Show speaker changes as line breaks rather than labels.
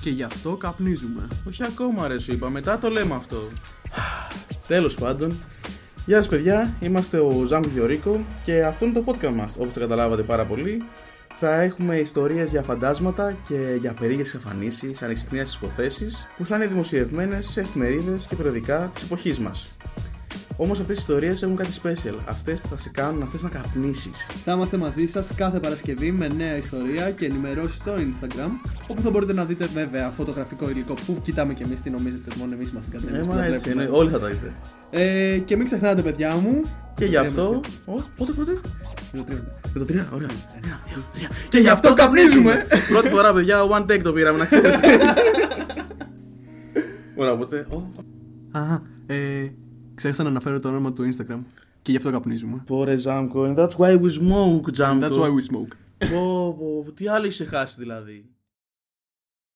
Και γι' αυτό καπνίζουμε.
Όχι ακόμα ρε σου είπα, μετά το λέμε αυτό. Τέλος πάντων. Γεια σας παιδιά, είμαστε ο Ζάμπ Γιωρίκο και αυτό είναι το podcast μας, όπως το καταλάβατε πάρα πολύ. Θα έχουμε ιστορίες για φαντάσματα και για περίεργες εμφανίσεις, ανεξυπνίας υποθέσεις που θα είναι δημοσιευμένες σε εφημερίδες και περιοδικά της εποχής μας. Όμως αυτές οι ιστορίες έχουν κάτι special, αυτές θα σε κάνουν αυτές να καπνίσεις.
Θα είμαστε μαζί σας κάθε Παρασκευή με νέα ιστορία και ενημερώσεις στο Instagram. Όπου θα μπορείτε να δείτε βέβαια φωτογραφικό υλικό που κοιτάμε κι εμείς, τι νομίζετε, μόνο εμείς μα την
Ε,
κατέβαμε.
μα έτσι είναι, όλοι θα τα δείτε.
Ε, και μην ξεχνάτε, παιδιά μου.
Και
ναι,
γι' αυτό... Ω, πότε, πότε?
Το τρέμε.
Με το 3, ωραία.
Ένα, δύο, τρία.
Και γι' αυτό καπνίζουμε! Πρώτη φορά, παιδιά, one take το πήραμε, να ξέρετε. Ωραία, οπότε.
Α, ε, ξέχασα να αναφέρω το όνομα του Instagram. Και γι' αυτό καπνίζουμε.
Πόρε, Ζάμκο, and that's why we smoke, Ζάμκο.
That's why we smoke.
Πω, πω, τι άλλο είσαι χάσει δηλαδή.